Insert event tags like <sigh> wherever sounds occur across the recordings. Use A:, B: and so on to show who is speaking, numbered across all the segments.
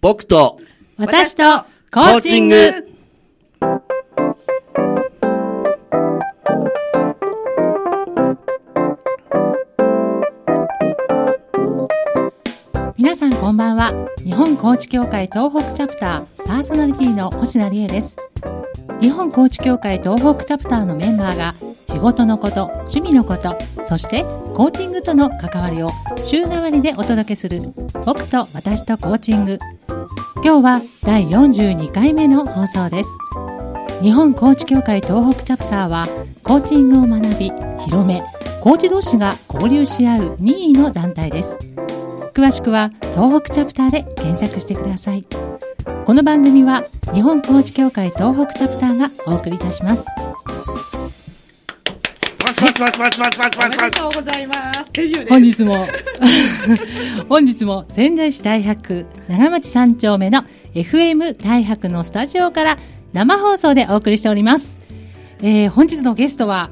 A: 僕と、
B: 私とコーチング。皆さんこんばんは日本コーチ協会東北チャプターパーソナリティの星名理恵です日本コーチ協会東北チャプターのメンバーが仕事のこと趣味のことそしてコーチングとの関わりを週替わりでお届けする僕と私とコーチング今日は第42回目の放送です日本コーチ協会東北チャプターはコーチングを学び広めコーチ同士が交流し合う任意の団体です詳しくは東北チャプターで検索してくださいこの番組は日本コーチ協会東北チャプターがお送りいたします
A: パチパチパチパチパチパチ
C: お
A: パチ
C: めでとうございます。デビューです。
B: 本日も <laughs> 本日も仙台市太白長町三丁目の FM 太白のスタジオから生放送でお送りしております、えー本日のゲストは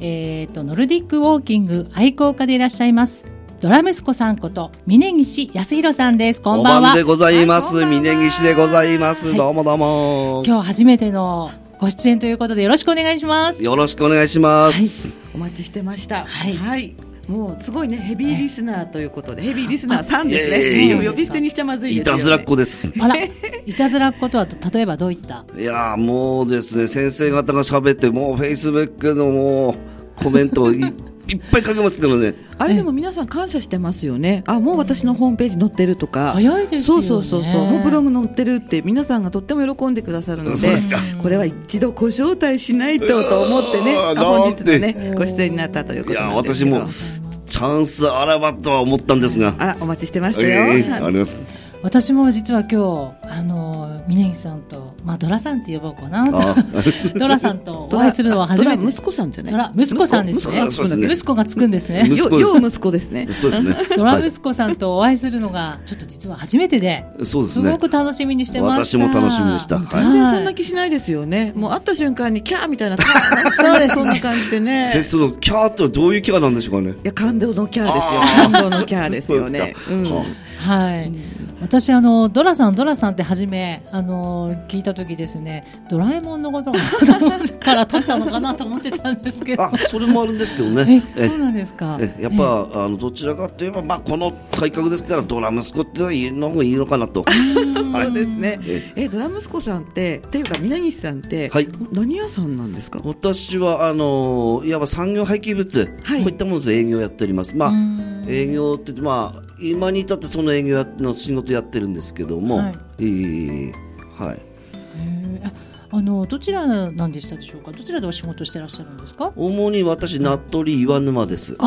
B: えーとノルディックウォーキング愛好家でいらっしゃいますドラ息子さんこと峯岸康弘さんですこんばん
A: お
B: は
A: でございます。
C: はいこんばんは
A: 峯岸でございま
B: は
A: す。
B: い
A: どうもどうも。
B: 今日初めてのご出演ということでよろしくお願いします
A: よろしくお願いします。
C: お待ちしてました。
B: はい
C: もうすごいねヘビーリスナーということでヘビーリスナーさんです
A: いやいや
C: ね。
A: いや
C: そう呼び捨てにしちゃまずい
A: い
C: ですよ
A: た
C: ね。
A: ずらっ子です。
B: あらいたずらっことは例えばどういった
A: いやーもうですね、先生方が喋って、もうフェイスブックのもう、コメントをいいっぱい書けますけどね。
C: あれでも皆さん感謝してますよね。あもう私のホームページ載ってるとか。
B: 早いですよ
C: そ
B: ね
C: うそうそうそう。もうブログ載ってるって皆さんがとっても喜んでくださるので。
A: そうですか。
C: これは一度ご招待しないとと思ってね、
A: うわー
C: あ本日の
A: な
C: ね、ご出演になったという
A: い
C: こと
A: やー
C: なんで
A: 私
C: すけど。
A: も、チャンスあらばとは思ったんですが。
C: あら、お待ちしてました
A: え
C: よ。
A: えありがとうございます。
B: 私も実は今日あの峯岸さんと、まあ、ドラさんって呼ぼうかな
A: あ
B: <laughs> ドラさんとお会いするのは初めて
C: ドラ息子さんじゃない
B: ドラ息子さんですね
C: 息子息子さん
A: そうですね
B: 息子がつくんですね
A: 息
C: よ
A: 子です
C: よう息子ですね。
A: そうですね。
B: ドラ
A: はい
B: 息子さんとお会いするのがちょっと実は初めてで
A: そうです
B: す
A: ね。
B: ごく楽しみにしてまし
A: 私
B: た
A: も楽しみでしたはい
C: 全然そんな気しないですよね。もう会った瞬間にキャーみた
A: <laughs>
C: いな。そう
B: ですね
C: そんな感じでね。
A: 先生のキャーってどういうキャーなんでしょうかね。
C: いや、感動のキャ
A: あ
C: ーですよ。感動のキャーですよね。
A: そうですかは
B: はい、私あのドラさんドラさんって初めあの聞いた時ですねドラえもんのことかなと思ってから撮ったのかなと思ってたんですけど
A: あ、それもあるんですけど
B: え
A: ね。
B: そうなんですか
A: えやっぱ、あのどちらかといえば、まあ、この体格ですからドラ息子っていうのがいいのかなとはい
C: そうですね
A: え。
C: え、ドラ息子さんって、っていうか、皆西さんって、
A: はい
C: 何屋さんなんですか
A: 私はあのいわば産業廃棄物、
C: はい
A: こういったもので営業をやっております、まあ
B: う、ん
A: 営業って、まあ、今に至ってその営業やの仕事やってるんですけども、
B: は
A: はいいはい、
B: へえああのどちらなんでしたでしょうかどちらでお仕事してらっしゃるんですか
A: 主に私名取岩沼です
B: あ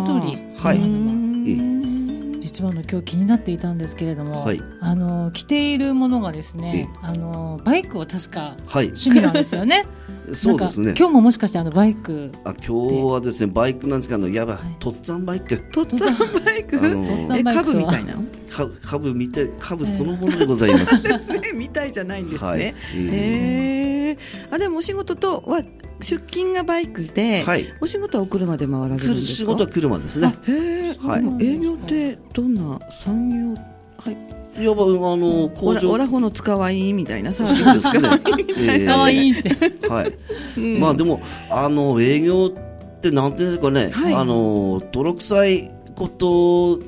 B: 名
A: は
B: 取
C: う
A: い
C: ー
B: あの
C: ん
B: 実はあの今日気になっていたんですけれども、
A: はい
B: あの着ているものがですねあのバイクを確か
A: はい
B: 趣味なんですよね
A: <laughs> そうです
B: な
A: ね
B: んか今日ももしかしてあのバイク
A: あ今日はですねバイクなんですけどあのやばい
B: はい
A: とっつぁんバイク
C: とっつぁんバイク
A: あの
B: とっつ
C: <laughs>
B: ぁん
C: え、
B: バイクは
C: 家具みた
A: <laughs>
C: いなの
A: か株見て株そのものでございます、
C: ねみたいじゃないんです
A: はい
C: ね。
A: え
C: へえあでもお仕事とは出勤がバイクで、
A: ーはい
C: お仕事はお車で回られるんです
A: 来
C: か
A: る仕事は車ですね
C: へえ、
A: はい
C: でも営業ってどんな産業はい
A: いわばあの工
C: オラオ
A: 場
C: ラホの使わいみたいなサービス <laughs>
A: です <laughs> ねえー
B: 可愛いって、
A: はい、
C: うん
A: まあでもあの営業ってなんていうんですかね、
C: はい
A: あの泥臭いこと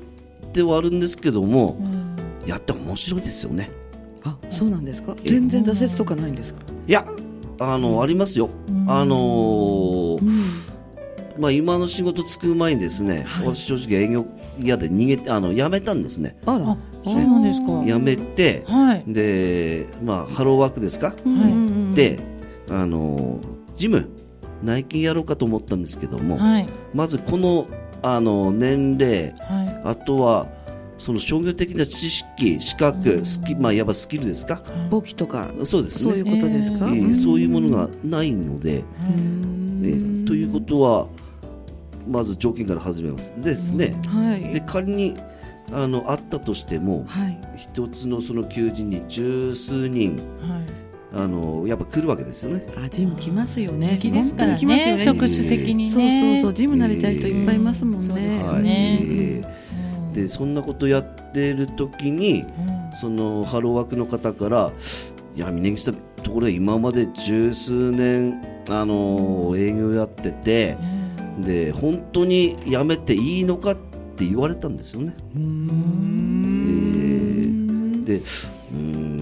A: ではあるんですけども
B: うん
A: やって面白いですよね
C: あそうなんですか全然挫折とかないんですか、
A: いやあのありますよ
B: うん
A: あの
C: うん
A: まあ今の仕事つく前にですね、
C: はい
A: 私正直営業嫌で逃げてあの辞めたんですね
C: あ
B: あ
C: ら
B: そうなんですか
A: 辞めて、
B: はい
A: で、まあ、ハローワークですか、
C: うんうんうん
A: で、あのジム、内勤やろうかと思ったんですけども、
B: はい
A: まずこのあの年齢、
B: はい
A: あとはその商業的な知識、資格、スキまあ、いわばスキルですか、
C: 簿記とか
A: そうです
C: そうい
A: ね、
C: うことですか、
B: え
A: ええ
C: ん
A: そういうものがないので、
C: うん
A: ええということは、まず条件から始めます。でですね、
C: はい
A: で仮にあのあったとしても、
C: はい
A: 一つのその求人に十数人、
B: はい
A: あのやっぱ来るわけですよね。
C: あジム来ますよね
B: 人気ですから
C: 本当に来
B: ね
C: ますよ
B: 職種的に
C: そうそう
B: ね
C: そうジム慣れたい人いっぱいいますもん
B: うんそうです
C: ね
B: よ
A: はい
B: ね
A: えー
B: うん
A: でそんなことやってる時に
B: うん
A: そのハローワークの方からいや峯岸さんところで今まで十数年あの営業やっててで本当に辞めていいのかって言われたんですよね。えーでうーん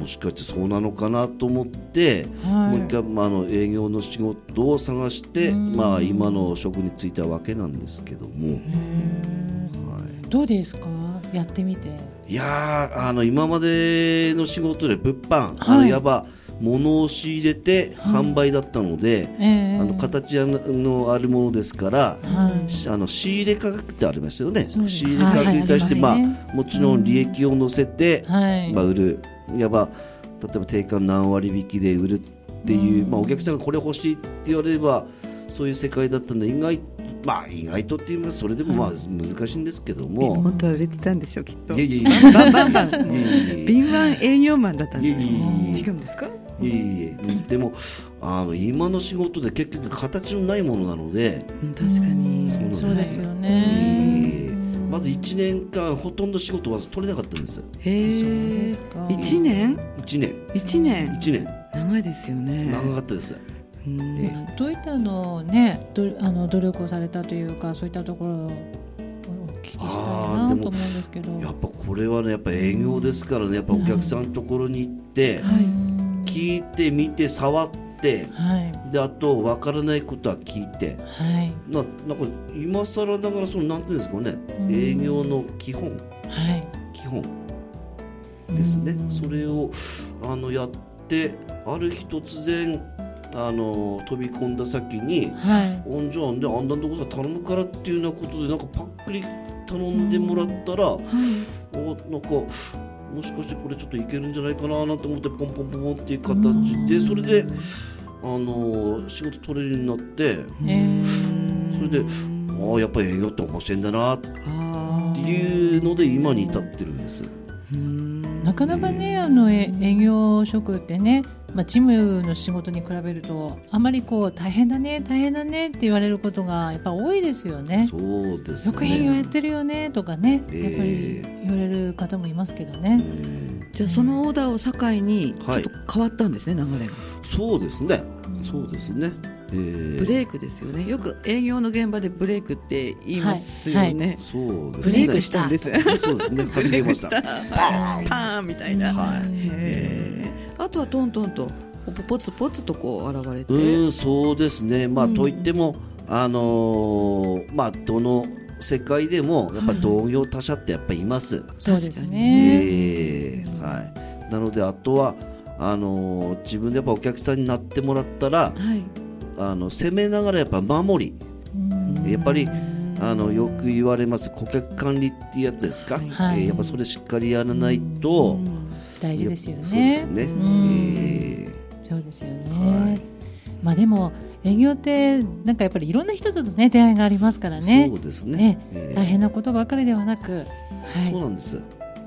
A: もしかしてそうなのかなと思って、
B: はい
A: もう一回、まあ、あの営業の仕事を探して、まあ、今の職に就いたわけなんですけども、はい、
B: どうですかやってみて。
A: いやーあの今までの仕事で物販、
B: はい
A: あのいわば物を仕入れて販売だったので、
B: ええ
A: あの形のあるものですから、
B: はい
A: しあの仕入れ価格ってありますよね、
B: そうです
A: 仕入れ価格に対して、
B: はいありますね
A: まあ、もちろん利益を乗せて、
B: はい
A: まあ、売るいわば例えば定価何割引きで売るっていう、まあ、お客さんがこれ欲しいって言われればそういう世界だったんで意外,、まあ、意外とって言いますそれでもまあ難しいんですけども。
C: 本当は売れてたんでしょうきっと
A: いやいやいや
C: バンバンバン
A: いやいやいや
C: 敏腕営業マンだったん
A: い
C: で
A: やいやいやい
C: 違うんですか
A: やいやいやでもあの今の仕事で結局形のないものなので
C: うん確かに
A: そうなんです
B: そうですよ
A: え
B: ね。
A: ーまず1年間ほとんど仕事は取れなかったんです
C: へ
B: そうで
C: え
B: すか
C: 1年
A: 1年
C: 1年
A: 1年
C: 長いですよね
A: 長かったです
C: うん
A: え
B: どういったあのねどあの努力をされたというかそういったところをお聞きしたいな
A: あーで
B: と思うん
A: も
B: ですけど。
A: やっぱこれはねやっぱ営業ですからねやっぱお客さんのところに行って
C: はい
B: うん
A: 聞いて見て触って
B: はい
A: であと分からないことは聞いて
B: はい
A: ななんか今更ながらそのなんていうんですかね
B: うん
A: 営業の基本
B: はい。
A: 基本ですね
B: うん
A: それをあのやってある日突然あの飛び込んだ先に
B: はい
A: 「おんじゃんであんだんとこさ頼むから」っていうようなことでなんかパックリ頼んでもらったら、おなんかもしかしてこれちょっといけるんじゃないかななんて思ってポンポンポンポンっていう形でそれであの仕事取れるようになって
B: えー
A: それでああやっぱり営業って面白いんだなって
C: あ
A: いうので今に至ってるんです。
B: なかなかねあのえ営業職ってね、まあ、事務の仕事に比べるとあまりこう大変だね大変だねって言われることがやっぱ多いですよね。
A: そうです
B: よ
A: ね
B: く営業やってるよねとかね、
A: ええ
B: やっぱり言われる方もいますけどね。
A: うん
D: じゃあそのオーダーを境にちょ
A: は
D: っ
A: い
D: と変わったんですね、流れが
A: そうですね。そうですね。えー
D: ブレイクですよねよく営業の現場でブレイクって言いますよね、
B: はい
A: そうです
C: ブ
A: ね。
C: レイクしたんです
A: そうですね。始めました。
C: パンパーンみたいな、
A: はい
C: へえあとはトントンとポツポツとこう現れて
A: うーん、そうですね。まあ、といっても、あのーまあ、どの世界でも、やっぱ同業他社ってやっぱいます。
B: そうですね。
A: えーはい。なので、あとは、あのー自分でやっぱお客さんになってもらったら、
C: はい
A: あの、攻めながらやっぱ守り、
B: うん
A: やっぱりあのよく言われます顧客管理っていうやつですか、
B: はい
A: えーやっぱそれしっかりやらないと、
B: 大事ですよね。
A: そうですね、
B: ん
A: え
B: そうですよね。
A: はい
B: まあでも営業ってなんかやっぱりいろんな人とのね出会いがありますからね
A: そうですね、えー
B: 大変なことばかりではなく、
A: そう
B: は
A: なんです、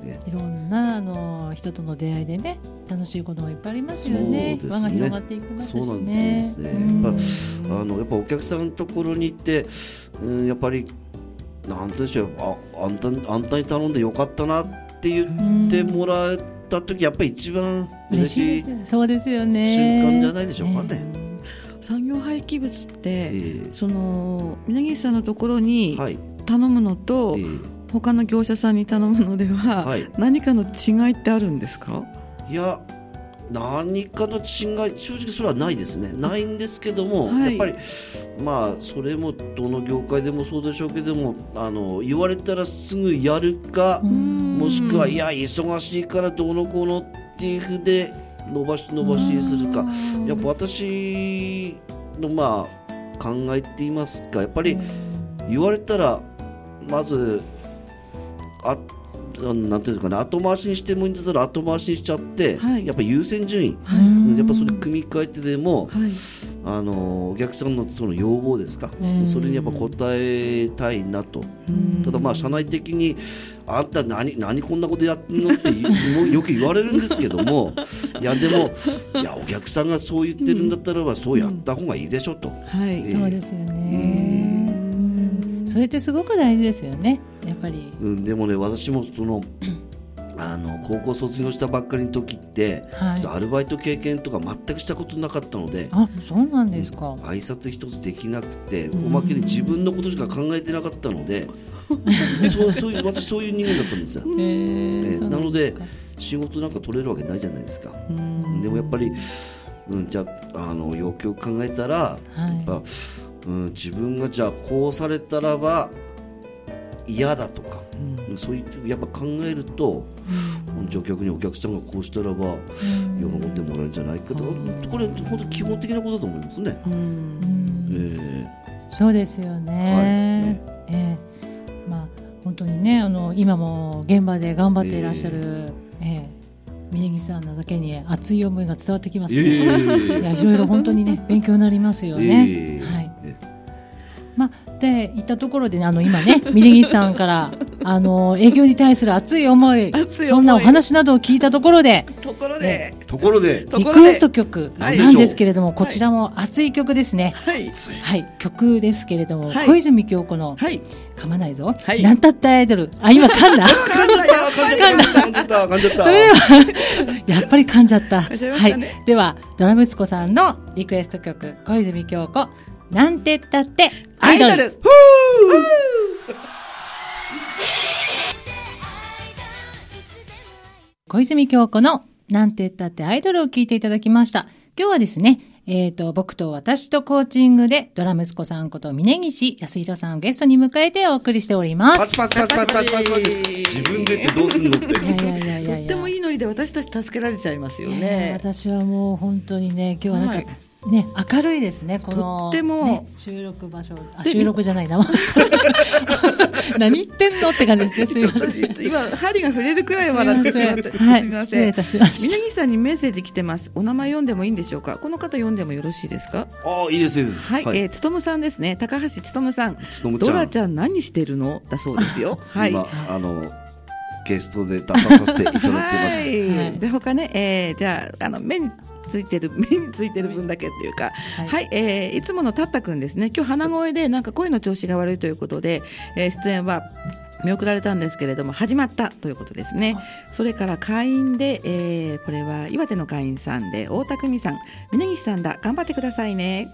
A: え
B: い、いろんなあの人との出会いでね楽しいこともいっぱいありますよね。
A: そうですね
B: 輪が広がっていきますしね。
A: そうなんですよね
B: うん
A: やっあのやっぱお客さんのところに行って、うん、やっぱりなんて言うんでしょうああんたあんたに頼んでよかったなって言ってもらえた時やっぱり一番嬉
B: 嬉
A: し
B: し
A: い
B: いですよそうですよね。
A: 瞬間じゃないでしょうかね。
D: 産業廃棄物って、
A: えー
D: その峯岸さんのところに
A: はい、
D: 頼むの
A: え
D: と、
A: ー
D: 他の業者さんに頼むのでは、
A: はい
D: 何かの違いってあるんですか
A: いや何かの違い正直それはないですねないんですけども、
D: はい
A: やっぱりまあそれもどの業界でもそうでしょうけどもあの言われたらすぐやるか、もしくはいや忙しいからどうのこうのっていうふうで伸ばし伸ばしするかやっぱ私のまあ考えって言いますかやっぱり言われたらまずあなんていうのかな後回しにしてもいいんだったら後回しにしちゃって、
D: はい
A: やっぱ優先順位、やっぱそれ組み替えてでも、
D: はい、
A: あのお客さんのその要望ですか、
B: うん
A: それにやっぱ応えたいなと、ただまあ社内的にあんた何何こんなことやってんのって言うよく言われるんですけど
B: <laughs>
A: もいやでもいやお客さんがそう言ってるんだったらばそうやった方がいいでしょと、
D: はい
A: え
B: そうですよね。うんそれってすごく大事ですよね。やっぱり。
A: うん、でもね私もそのあの高校卒業したばっかりの時って、
B: はい
A: 実はアルバイト経験とか全くしたことなかったので
B: あそうなんですか、
A: 挨拶一つできなくておまけに自分のことしか考えてなかったの
B: <laughs>
A: でそうそういう私そういう人間だったんですよ。
B: えー
A: ええ
B: そう
A: なのです
B: か
A: 仕事なんか取れるわけないじゃないですか。でもやっぱり、うん、じゃああのよくよく考えたら、
B: はい
A: あうん、自分がじゃあこうされたらば嫌だとか、そういうやっぱ考えると、じゃあ逆にお客さんがこうしたらば喜んでもらえるんじゃないかと、これ本当基本的なことだと思いますね。
B: うん
A: え
B: そうですよね。ええまあ本当にねあの今も現場で頑張っていらっしゃる、ええ峯岸さんなだけに熱い思いが伝わってきますね。
A: え
B: いやいろいろ本当にね勉強になりますよね。
A: ええ
B: はい。
A: え
B: まあで行ったところでねあの今ね峯岸さんからあの営業に対する熱い思い
C: 熱い思い
B: そんなお話などを聞いたところで
C: ところで、
A: えところで、
C: と
B: リ
C: ころ
B: ク
C: で
B: エスト曲
A: はい
B: なんですけれども、こちらも熱い曲ですね。
C: はい
B: はい、曲ですけれども、
C: はい
B: 小泉今日子の
C: はい
B: 噛まないぞ。
C: はい
B: なんたってアイドル。あ、今噛
A: 噛ん
B: んだ
C: <laughs>
A: じゃった、噛んじゃった、噛んじゃった。
B: それでは、やっぱり噛んじゃった。
C: 噛んじゃいま
B: は
C: したね
B: い。では、ドラムスコさんのリクエスト曲、小泉今日子、なんてったってア
C: ア
B: イ
C: イ
B: ドル。
C: ドル
B: 小泉今日子のなんてったってアイドルを聞いていただきました。今日はですね、えっ、と、僕と私とコーチングでドラムスコさんこと峯岸康弘さんをゲストに迎えてお送りしておりま
A: パ
B: す
A: チ。パチパチパチパチパチパチ。自分でってどうすんのって。
B: いやいやいやい
C: と
B: やい
C: っ
B: や。
C: てもいいノリで私たち助けられちゃいますよ
B: えー
C: ね。
B: 私はもう本当にね今日はなんか、
C: はい
B: ね明るいですねこの
C: とっても
B: ね収録場所あ収録じゃない生 <laughs> 放送何言ってんのって感じですね
C: <laughs>
B: すみません。
C: 今針が触れるくらい笑ってしまってす
B: は
C: みま
B: い、失
C: せ
B: 礼
C: ん
B: い。たしま
C: 峯
B: し
C: 岸さんにメッセージ来てます。お名前読んでもいいんでしょうか。この方読んでもよろしいですか。
A: ああ、いいです、いいです。
C: はい、えー、つとむさんですね。高橋つとむさん。
A: つとむちゃん
C: ドラちゃん何してるのだそうですよ。はい。
A: 今
C: は
A: あのゲストで出ささせていただいてます。
B: はい
C: い。じゃあ他ね、えー、じゃああの目についてる目についてる分だけっていうか、
B: は
C: はいい、えーいつものたったくんですね。今日鼻声でなんか声の調子が悪いということで、えー出演は。見送られたんですけれども始まったということですねそれから会員で、えーこれは岩手の会員さんで大田久美さん峯岸さんだ頑張ってくださいね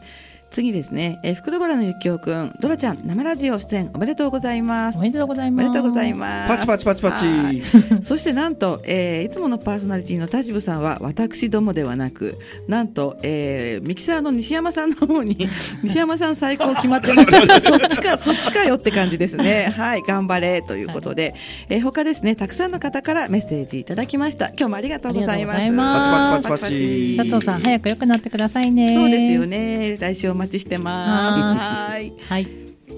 C: 次ですね、えー、袋原のゆきおくんドラちゃん生ラジオ出演おめでとうございま
B: た。
C: す
B: おめでとうござい
C: お
B: ま
C: め
B: す。
C: でとうございます
A: パチパチパチパチ。
C: はいそしてなんと、えーいつものパーソナリティの田渋さんは私どもではなくなんと、えーミキサーの西山さんの方
B: <laughs>
C: に西山さん最高決まってますそっちかそっちかよって感じですねはい頑張れということで、えー他ですねたくさんの方からメッセージいただきました今日もありがとうございます
B: ありがとうございます
A: パチパチパチパチ
B: 佐藤さん早く良くなってくださいね。
C: そうですよ。ね来週お待ちしてますはい
B: はい。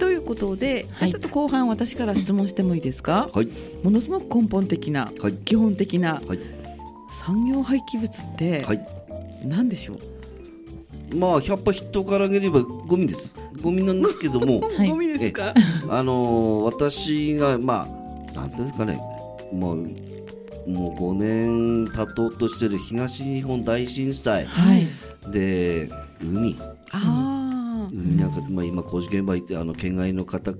C: ということで、じゃあ
B: はい
C: ちょっと後半私から質問してもいいですか
A: はい
C: ものすごく根本的な、
A: はい
C: 基本的な
A: はい
C: 産業廃棄物って
A: はい。
C: 何でしょう、
A: まあ百歩人からげればゴミです。ゴミなんですけども、
B: はい
C: ゴミですか
A: あのー私がまあなんていうんですかね、もうもう5年経とうとしてる東日本大震災
C: はい
A: で海
C: あ
A: 海なんか、まあ、今工事現場行ってあの県外の方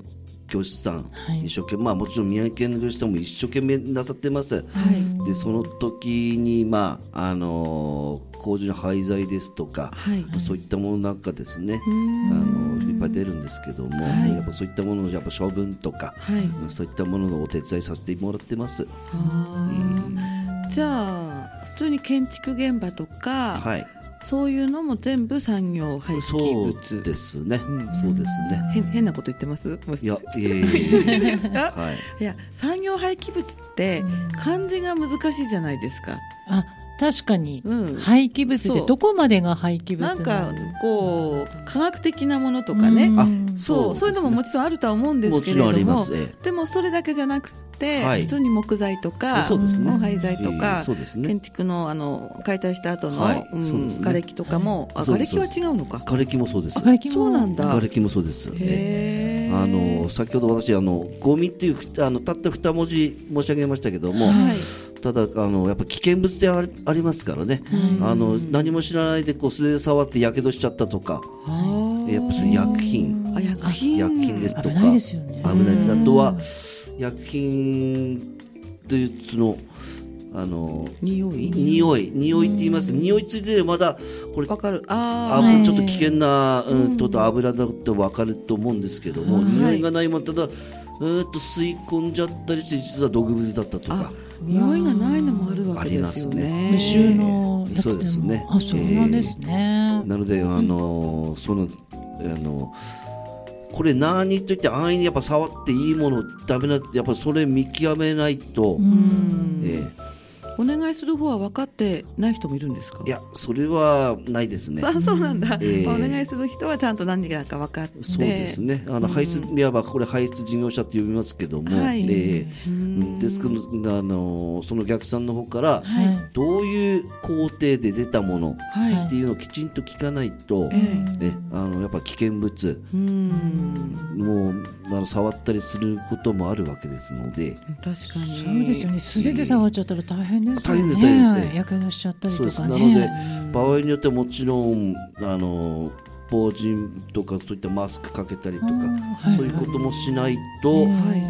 A: 教師さん、
B: はい
A: 一生懸命まあもちろん宮城県の教師さんも一生懸命なさってます、
C: あはい
A: でその時に、まああのー工事の廃材ですとか、
C: はい
A: そういったものなんかですね、あのいっぱい出るんですけども、
C: はい
A: やっぱそういったもののやっぱ処分とか、
C: はい
A: そういったもののお手伝いさせてもらってます。
C: あーじゃあ普通に建築現場とか、
A: はい、
C: そういうのも全部産業廃棄
A: そ
C: 物
A: うですね、
C: うん
A: そうですね。
C: 変変なこと言ってますもし
A: いや
C: い、
A: いえいえい
C: <laughs> いです
A: え
C: か
A: はい。
C: いや産業廃棄物って
B: うん
C: 漢字が難しいじゃないですか、
B: あ確かに、
C: うん
B: 廃棄物って
C: そう
B: どこまでが廃棄物
C: なんか
B: の
C: こう科学的なものとかね、
B: うん
A: あ、
C: そうそういうのももちろんあるとは思うんです
A: も
C: けれ
A: ちろ
C: ど
A: ん
C: も
A: あります。え
C: でもそれだけじゃなくて、
A: はい
C: 普通に木材とか
A: そうですね
C: うん廃材と
A: え
C: か、
A: そうですね
C: 建。築のあの解体した後の、
A: はい
C: うん
A: そうですね
C: 瓦礫とかも、あ
A: そう
C: 瓦
A: です
C: 礫は違うのか
A: 瓦礫もそうです。
B: あ外気も
C: そうなんだ
A: 瓦礫もそうです。ええ
C: へー
A: あの先ほど私あのゴミっていうふあのたった二文字申し上げましたけども、
C: はい
A: ただあのやっぱ危険物でありありますからね。あの何も知らないでこう素手で触って火傷しちゃったとか、
C: あー
A: やっぱその薬品、
C: あ薬品
A: 薬品ですとか、
B: 危ないですよね
A: 危ないですあとは薬品というそのあの
D: 匂い
A: 匂い匂いって言いますけど匂いついてればまだこれ
D: わかるあ
A: あ
B: はい
A: ちょっと危険な、うん、とと油だって分かると思うんですけども、
D: はい
A: 匂いがないままただ、えーっと吸い込んじゃったりして実は毒物だったとか
D: ー匂いがないのもあるわけですよ
A: あ
D: ね
A: り
B: 無
A: ますね
B: 臭のやつでも
A: そうですね
B: あそうなんですね、
A: なのであのそのあのこれ何と言って安易にやっぱ触っていいものダメなやっぱそれ見極めないと、
B: うん
A: えー
D: お願いする方は分かってない人もいるんですか
A: いやそれはないですね。
D: あそうなんだ、
A: ええ
D: まあお願いする人はちゃんと何がか分かって
A: そうですね。あの、排出、いわばこれ排出事業者って呼びますけども、
D: はい
A: え
D: うん
A: えうんですけど、あの、その逆算の方から、
B: はい
A: どういう工程で出たもの
D: はい、
B: はい
A: っていうのをきちんと聞かないと、
D: え
A: ね、あのやっぱ危険物
D: うん
A: もうあの触ったりすることもあるわけですので、
D: 確かに
B: そうですよね素手で触っちゃったら大変ですよ
A: 大変
B: ね
A: です大変ですね
B: やけどしちゃったり
A: そう
B: と
A: です
B: か
A: な
B: ね
A: ので場合によってはもちろんあの防塵とかそういったマスクかけたりとか、
B: あーはい
A: そういうこともしない
B: え
A: と、
B: え
D: はい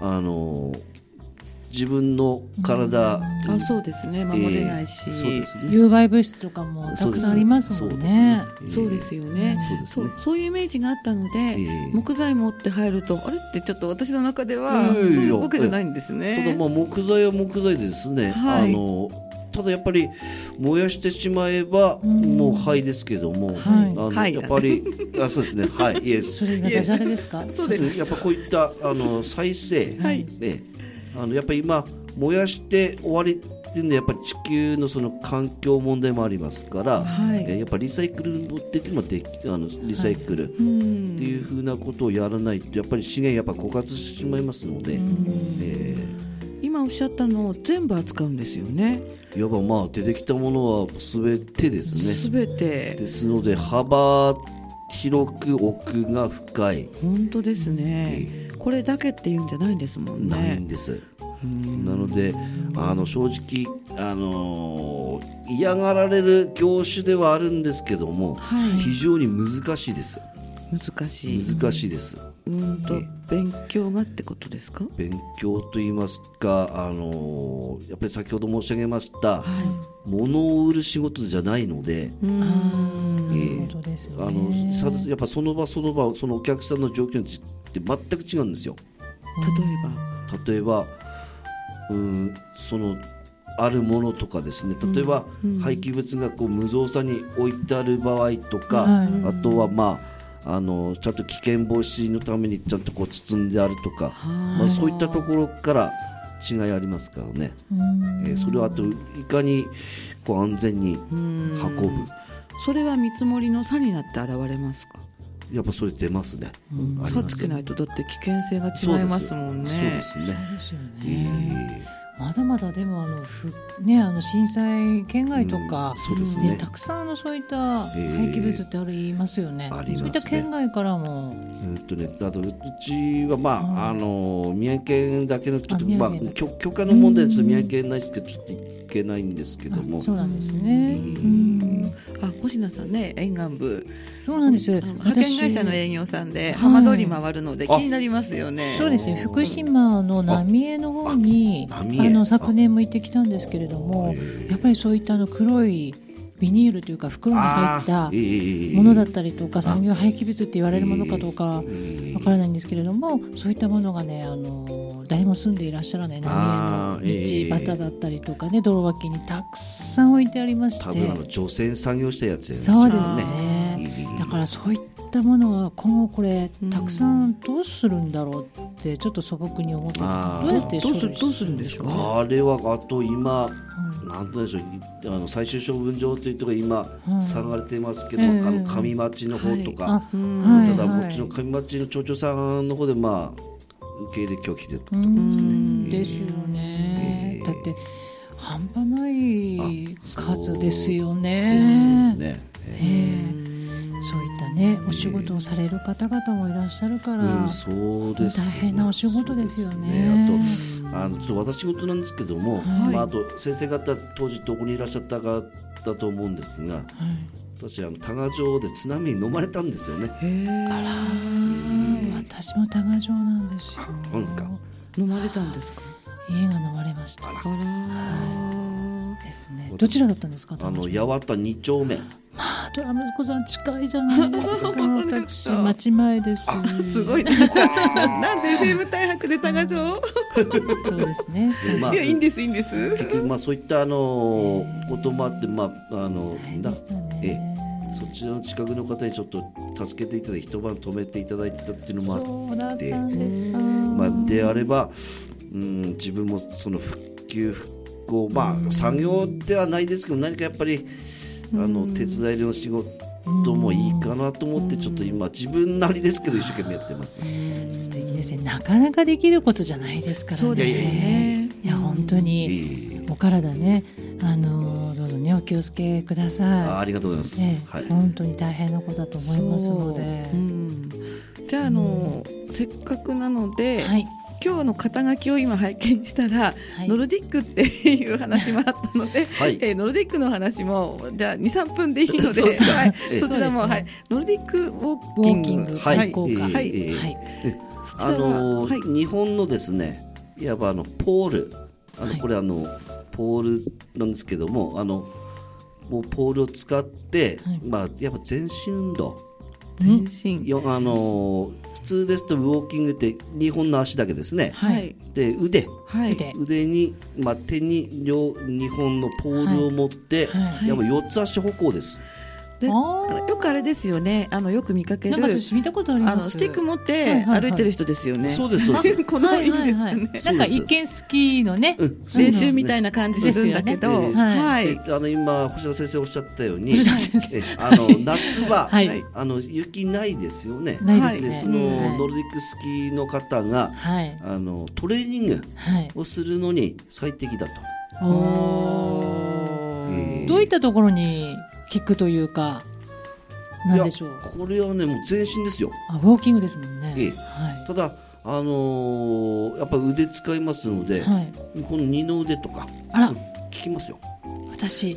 A: あの自分の体、
D: あそうですね守れないし、
A: えーそうですね
B: 有害物質とかもたくさんありますもんね。
D: そうです
A: よ
D: よね、
A: そ
D: そうう
A: ですね
D: そういうイメージがあったので、
A: え
D: 木材持って入るとあれってちょっと私の中では、
A: いやいや
D: そういうわけじゃないんです
A: た
D: ね。
A: だまあ木材は木材でですね、
D: はい
A: あのただやっぱり燃やしてしまえば
B: ん
A: もう灰ですけども、
B: はい
A: あの
D: はい
A: やっぱりあそうですね
D: <laughs>
A: はいイエ
B: そ
A: ス
B: れがダジャレですか。
D: そうです
A: やっぱこういったあの再生、
D: はい
A: ねあのやっぱり今燃やして終わりっていうのはやっぱり地球のその環境問題もありますから、
D: はい
A: えやっぱリサイクルもできるもできあのリサイクル、
D: うん
A: っていうふうなことをやらないとやっぱり資源やっぱ枯渇してしまいますので、え
D: 今おっしゃったのを全部扱うんですよね。
A: ーいわばまあ出てきたものは全てです
D: す
A: ね
D: べて
A: ですので幅広く奥が深い、
D: 本当ですね、これだけっていうんじゃないんですもん
A: ない
D: ね
A: ん。です、なのであの正直、あのー嫌がられる業種ではあるんですけども、
D: はい
A: 非常に難しいです
D: 難しい。
A: 難しいです、
D: うんと勉強がってことですか。
A: 勉強と言いますか、あのーやっぱり先ほど申し上げました、物を売る仕事じゃないので、
B: うん
A: ええ
B: なるほどですね
A: あのさやっぱその場その場そのお客さんの状況によって全く違うんですよ
D: 例えば
A: 例えばうんそのあるものとかですね例えば廃棄物がこう無造作に置いてある場合とか、
B: はい
A: あとはまああのちゃんと危険防止のためにちゃんとこう包んであるとか、まあ、そういったところから違いありますからね、えーそれはあといかにこう安全に運ぶ
D: それは見積もりの差になって現れますか。
A: やっぱそれ出ますね、あり
D: 差
A: ます
D: つけないとだって危険性が違いますもんね。
A: そうですね。
B: そうですよ
A: え
B: ね。
A: え
B: まだまだでもあのふねあの震災県外とか
A: うん。そうですね
B: ね、たくさんあのそういった廃棄物ってありますよね。
A: ええありますね
B: そういった県外からも、
A: えっとね、あとうちは、まあ、あの宮城県だけのちょっと
B: あ宮
A: ま
B: 城
A: あ
B: 県だけ
A: 許許可の問題でちょっと宮城県ないですけどちょっと行けないんですけども
B: あそうなんですね。
D: あ、星名さんね、沿岸部。
B: そうなんです。
D: あの派遣会社の
B: 私
D: 営業さん
B: はい
D: で、浜通り回るので、気になりますよね。
B: そうですね福島の浪江の方に
A: あ
B: あ
A: 浪江
B: の昨年も行ってきたんですけれど
A: あ
B: も
A: へえ
B: やっぱりそういったあの黒いビニールというか袋に入った
A: あーええ
B: ものだったりとか
A: あ
B: 産業廃棄物って言われるものかどうか
A: ええ
B: わからないんですけれどもそういったものがねあの誰も住んでいらっしゃらない浪
A: あー
B: 江の道
A: ええ
B: 端だったりとかね道路脇にたくさん置いてありまし
A: 多分あ
B: て
A: の除染作業したやつやね
B: そうですね
A: ええ
B: だからそういったものは今後これたくさんどうするんだろうってちょっと素朴に思っててど
A: あー
B: うやって
D: ど
B: 処
D: う
B: 理
D: する、どうするんですか。は
A: あれはあと今、なんとなんでしょういあの最終処分場というところが
B: は
A: 今、
B: い
A: さらわれてますけど、
B: ええ
A: あの上町の方とか、
B: あ
A: た
B: はい
A: だ
B: はい
A: もちろん上町の町長さんの方で、まあ、受け入れ拒否でとか
B: う
A: です
B: ん
A: ね。
B: ですよね
A: え。ー
B: だって半端ない数ですよね。
A: ですよね。
B: えーそういったねお仕事をされる方々もいらっしゃるから、
A: うん、そうですね、
B: 大変なお仕事ですよね
A: そうですねあと、あの、ちょっと私事なんですけども、まあ、あと先生方当時どこにいらっしゃったかだと思うんですが、私あの多賀城で津波に飲まれたんですよね。
B: あらー私も多賀城なんですよ。
A: そうですか。
D: 飲まれたんですか。
B: 家が流れました。
A: あ
C: あらー
B: ですね。どちらだったんですか。
A: あの
B: や
A: 八幡二丁目
B: あ、ドラ息子さん近いじゃないですか。
C: 本当で
B: 私
C: すか
B: 町前です。
C: すごい。ななんで FM 大白で多賀城
B: そうですね。
A: でまあ
C: いやいいんですいいんです
A: 結局まあそういったあのこともあってまああの
B: 大変
A: だ
B: でしたね。
A: そちらの近くの方にちょっと助けていただいて一晩泊めていただいたっていうのもあって
B: そうだったんですか。
A: まあ、であれば、うん、自分もその復旧復興、まあ、作業ではないですけど何かやっぱりあの手伝いの仕事もいいかなと思ってちょっと今自分なりですけど一生懸命やってます。
B: 素敵ですね。なかなかできることじゃないですからね。
C: そうですね
B: いや本当
A: え
B: に
A: ー
B: お体ね、あのどうぞねお気をつけくだ
A: あ
B: さ
A: ありがとうございま
B: い。ね
A: す。、はい。
B: 本当に大変なことだと思いますので
C: そ。ううんじゃああのせっかくなので、
B: はい。
C: 今日の肩書きを今拝見したら、
B: はい
C: ノルディックっていう話もあったので、
A: <laughs> はい
C: えーノルディックの話もじゃあ23分でいいので
A: そうですか
C: はい
A: ええ
C: そちらも、
B: そうですね
C: はい、ノルディックウォ
B: ウ
C: ー
B: ォ
C: キン
B: ー
C: グ
B: キング
A: はい
B: 愛好家。
A: はい
B: はい
A: ええ
B: はい
C: そちら
A: あ
C: は
A: の
C: はい、
A: 日本のですねいわばあのポールあ
B: は
A: の
B: い
A: これあの、ポールなんですけどもあのもうポールを使って、
B: はい
A: まあやっぱ全身運動。
C: 全身
A: よあのー普通ですとウォーキングって2本の足だけですね、
C: はい
A: で腕
C: はい
B: 腕
A: 腕に、まあ、手に両2本のポールを持って、
B: はいはい
A: やっぱ4つ足歩行です、
C: で
B: あー
C: よくあれですよねあのよく見かけ
B: な
C: る
B: んか私見たことあり
C: あ
B: ま
C: の
B: す。
C: スティック
B: も
C: 持っ
B: はい
C: て
B: はいはい
C: 歩いてる人ですよね、
A: そうですそう
C: <laughs>
A: です
C: このいいんですかね、
B: なんか一見スキーのね、
A: うんそうで
C: 練
A: す
C: 習みたいな感じするんだけど、
A: ですよね
B: は
C: はい
A: であの今星田先生おっしゃったように
B: 星田先生
A: えあの夏は、
B: はい
C: はい
A: あの雪ないですよね
B: ないですね
A: その、
B: はい
A: ノルディックスキーの方が
B: はい
A: あのトレーニング
B: はい。
A: をするのに最適だと。
B: おお。
A: えー
B: どういったところに効くというか、なんでしょう
A: い。やこれはねもう全身ですよ
B: あ、ウォーキングですもんね。
A: ええ
B: は
A: ただ、あのーやっぱ腕使いますので、
B: い。はい。
A: この二の腕とか
B: あら
A: うん効きますよ
B: 私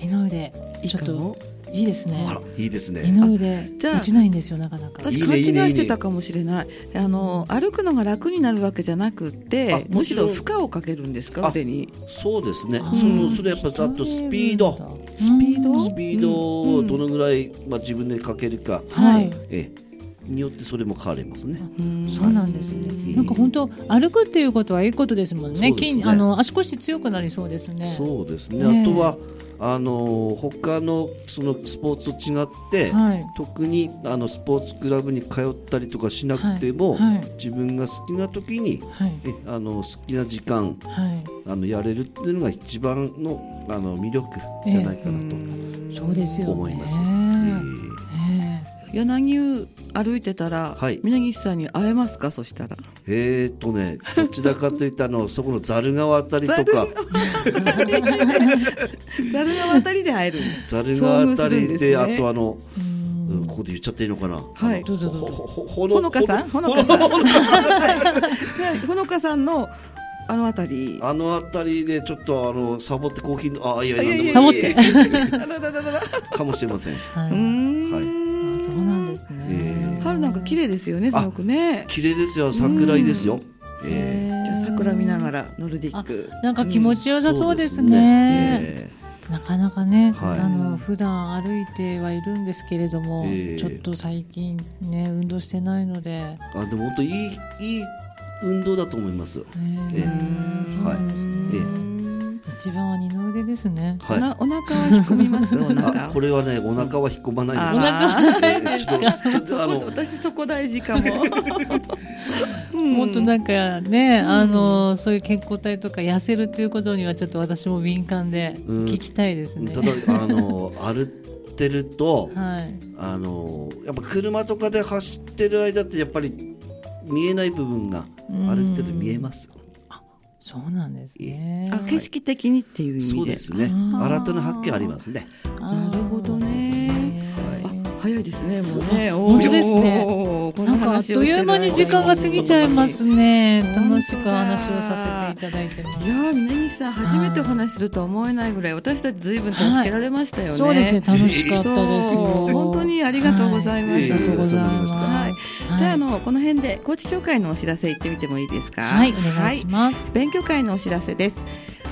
B: 二の腕
C: いい
B: ちょっ
C: かも
B: といいですね
A: あらいいですね
B: 二の腕
C: じゃあ
B: 落ちないんですよなかなか
A: いい
C: 私
A: ね
C: 勘違い
A: いいね
C: してたかもしれないあの歩くのが楽になるわけじゃなく
A: あ
C: て
A: も
C: む
A: ち
C: し
A: ろん
C: ろ負荷をかけるんです
A: あ
C: か腕に
A: そうですね
B: あ
A: その
B: ー
A: それやっぱあとスピー
B: 人
A: ド
B: によるんだ
C: スピード
A: スピードをどのぐらい、まあ、自分でかけるか、
B: はい
A: ええによってそれも変わりますね
C: うん
B: そうなんです
A: い
B: ねなんか本当歩くっていうことはいいことですもん
A: そ
B: ね
A: うですね
B: 筋あの足腰強くなりそうですね
A: そうですね
B: ねえ
A: あとはあのー他のそのスポーツと違って、
B: はい
A: 特にあのスポーツクラブに通ったりとかしなくても、
B: はいはい
A: 自分が好きな時に
B: はい
A: えあの好きな時間
B: は
A: あのやれるっていうのが一番のあの魅力じゃないかな
B: いそうですよ
A: と
B: ね
A: 思います。え
B: え
C: 柳生歩いてたら、
A: はい
C: 南岸さんに会えますかそしたら
A: ええーっとねどちらかというとあの <laughs> そこのざる川あたりとか <laughs>
C: ざるの渡りで会える
A: ざる川あたりで
C: 遭遇するんですね
A: あとあの、
B: えうん
A: うんここで言っちゃっていいのかな、
C: はい
A: あの
B: どうぞどうぞ
A: ほほほの
C: ほのかさんほのかさん
A: ほの
C: はいはいほのかさんのあの辺り <laughs>
A: あのあたりでちょっとあのサボってコーヒーのあいや
C: いやいやいや
A: なんでも
B: サ
C: あららららら
A: かもしれません
B: は
C: う
B: い
C: ーん
B: あそうなんですね
A: え
C: 春なんか綺麗ですよねすごくね
A: 綺麗ですよ桜井ですよ、え
B: へえ
C: じゃあ桜見ながらノルディック
B: なんか気持ちよさそうですね
A: ええ
B: なかなかね、
A: はい
B: あの普段歩いてはいるんですけれども、
A: ええ
B: ちょっと最近ね運動してないので、
A: あでも本当いいいい運動だと思います。
B: ええ
A: ええはいえ
B: 一番は二の腕ですね。
A: えはい。
C: なお腹は引っ込みますお
A: <laughs>
C: 腹
A: あこれはねお腹は引っ込まない
C: お
A: です。
C: 腹
A: ええちょっとちょっとあの
C: 私そこ大事か
A: <laughs>
C: も
B: もっとなんかね、あのそういう健康体とか痩せるということにはちょっと私も敏感で
A: うん
B: 聞きたいですね。
A: ただあの歩ってると
B: はい。
A: あのやっぱ車とかで走ってる間ってやっぱり見えない部分が
B: うん
A: 歩いてて見えます。
B: そうなんですね。
C: あ景色的にっていう意味で
A: そうですね。
B: あー
A: 新たな発見ありますね。
B: あー
C: なるほどね
B: はい
C: あ早いいですね、もうね。
B: 本当ですね
C: おーこ
B: なんかあっ
C: 話
B: と
C: をして
B: い
C: る
B: う間に時間が過ぎちゃいますね。楽しく話をさせていただいてま
C: いやー、根岸さん、初めてお話しするとは思えないぐらい、私たちずいぶん助けられましたよ
B: す。
C: ね。
B: そうですね、楽しかったですよ。
C: そう本当にありがとうございま
B: はあ
C: す
B: りがとうございます。
C: はい
B: はい
C: じゃあ、あの、この辺で、高知協会のお知らせ行ってみてもいいですか
B: はい、お願いします。
C: 勉強会のお知らせです。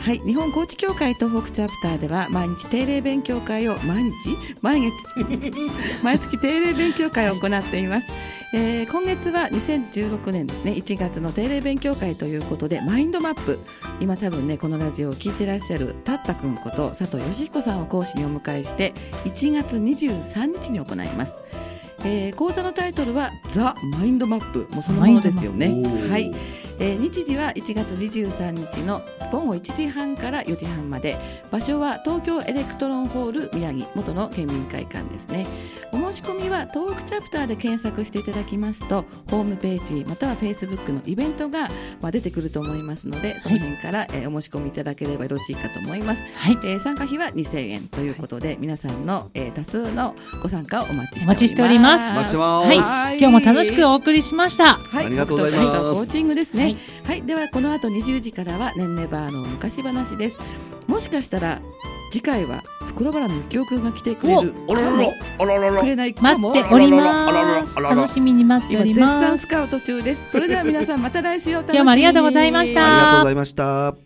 C: はい、日本高知協会東北チャプターでは毎日定例勉強会を毎日毎月 <laughs> 毎月定例勉強会を行っています。えー今月は2016年ですね1月の定例勉強会ということでマインドマップ今多分ねこのラジオを聞いてらっしゃるたったくんこと佐藤義彦さんを講師にお迎えして1月23日に行います、えー講座のタイトルは「ザ・マインドマップ」もうそのものですよね
A: マインドマップ
C: は
A: お
C: いえー日時は1月23日の午後1時半から4時半まで場所は東京エレクトロンホール宮城元の県民会館ですねお申し込みは東北チャプターで検索していただきますとホームページまたはフェイスブックのイベントが、まあ、出てくると思いますのでその辺から、えーお申し込みいただければよろしいかと思います、
B: はい、
C: えー参加費は2000円ということで、皆さんの、えー多数のご参加をお待ちしており
B: お
C: ます
B: 待ちしております
A: お待ちして
C: は
A: ま
B: はい
A: す、
C: はい
B: 今日も楽しくお送りしまし
A: あ
B: た。
A: りがとうございます
C: 北斗君とコーチングですね、
B: はい
C: はい、ではこの後20時からは「ねんねばーの昔話」ですもしかしたら次回は袋原の幸君が来てくれる
A: あらららあららら
C: くれないか
B: 待
C: も
B: っております。楽しみに待ってお
C: 今
B: り
C: 絶
B: ま
C: 賛ス
B: す。
C: カウト中ですそれでは皆さんまた来週お楽しみ
B: 今
C: に
B: 日もありがとうございまし
A: あ
B: た
A: りがとうございました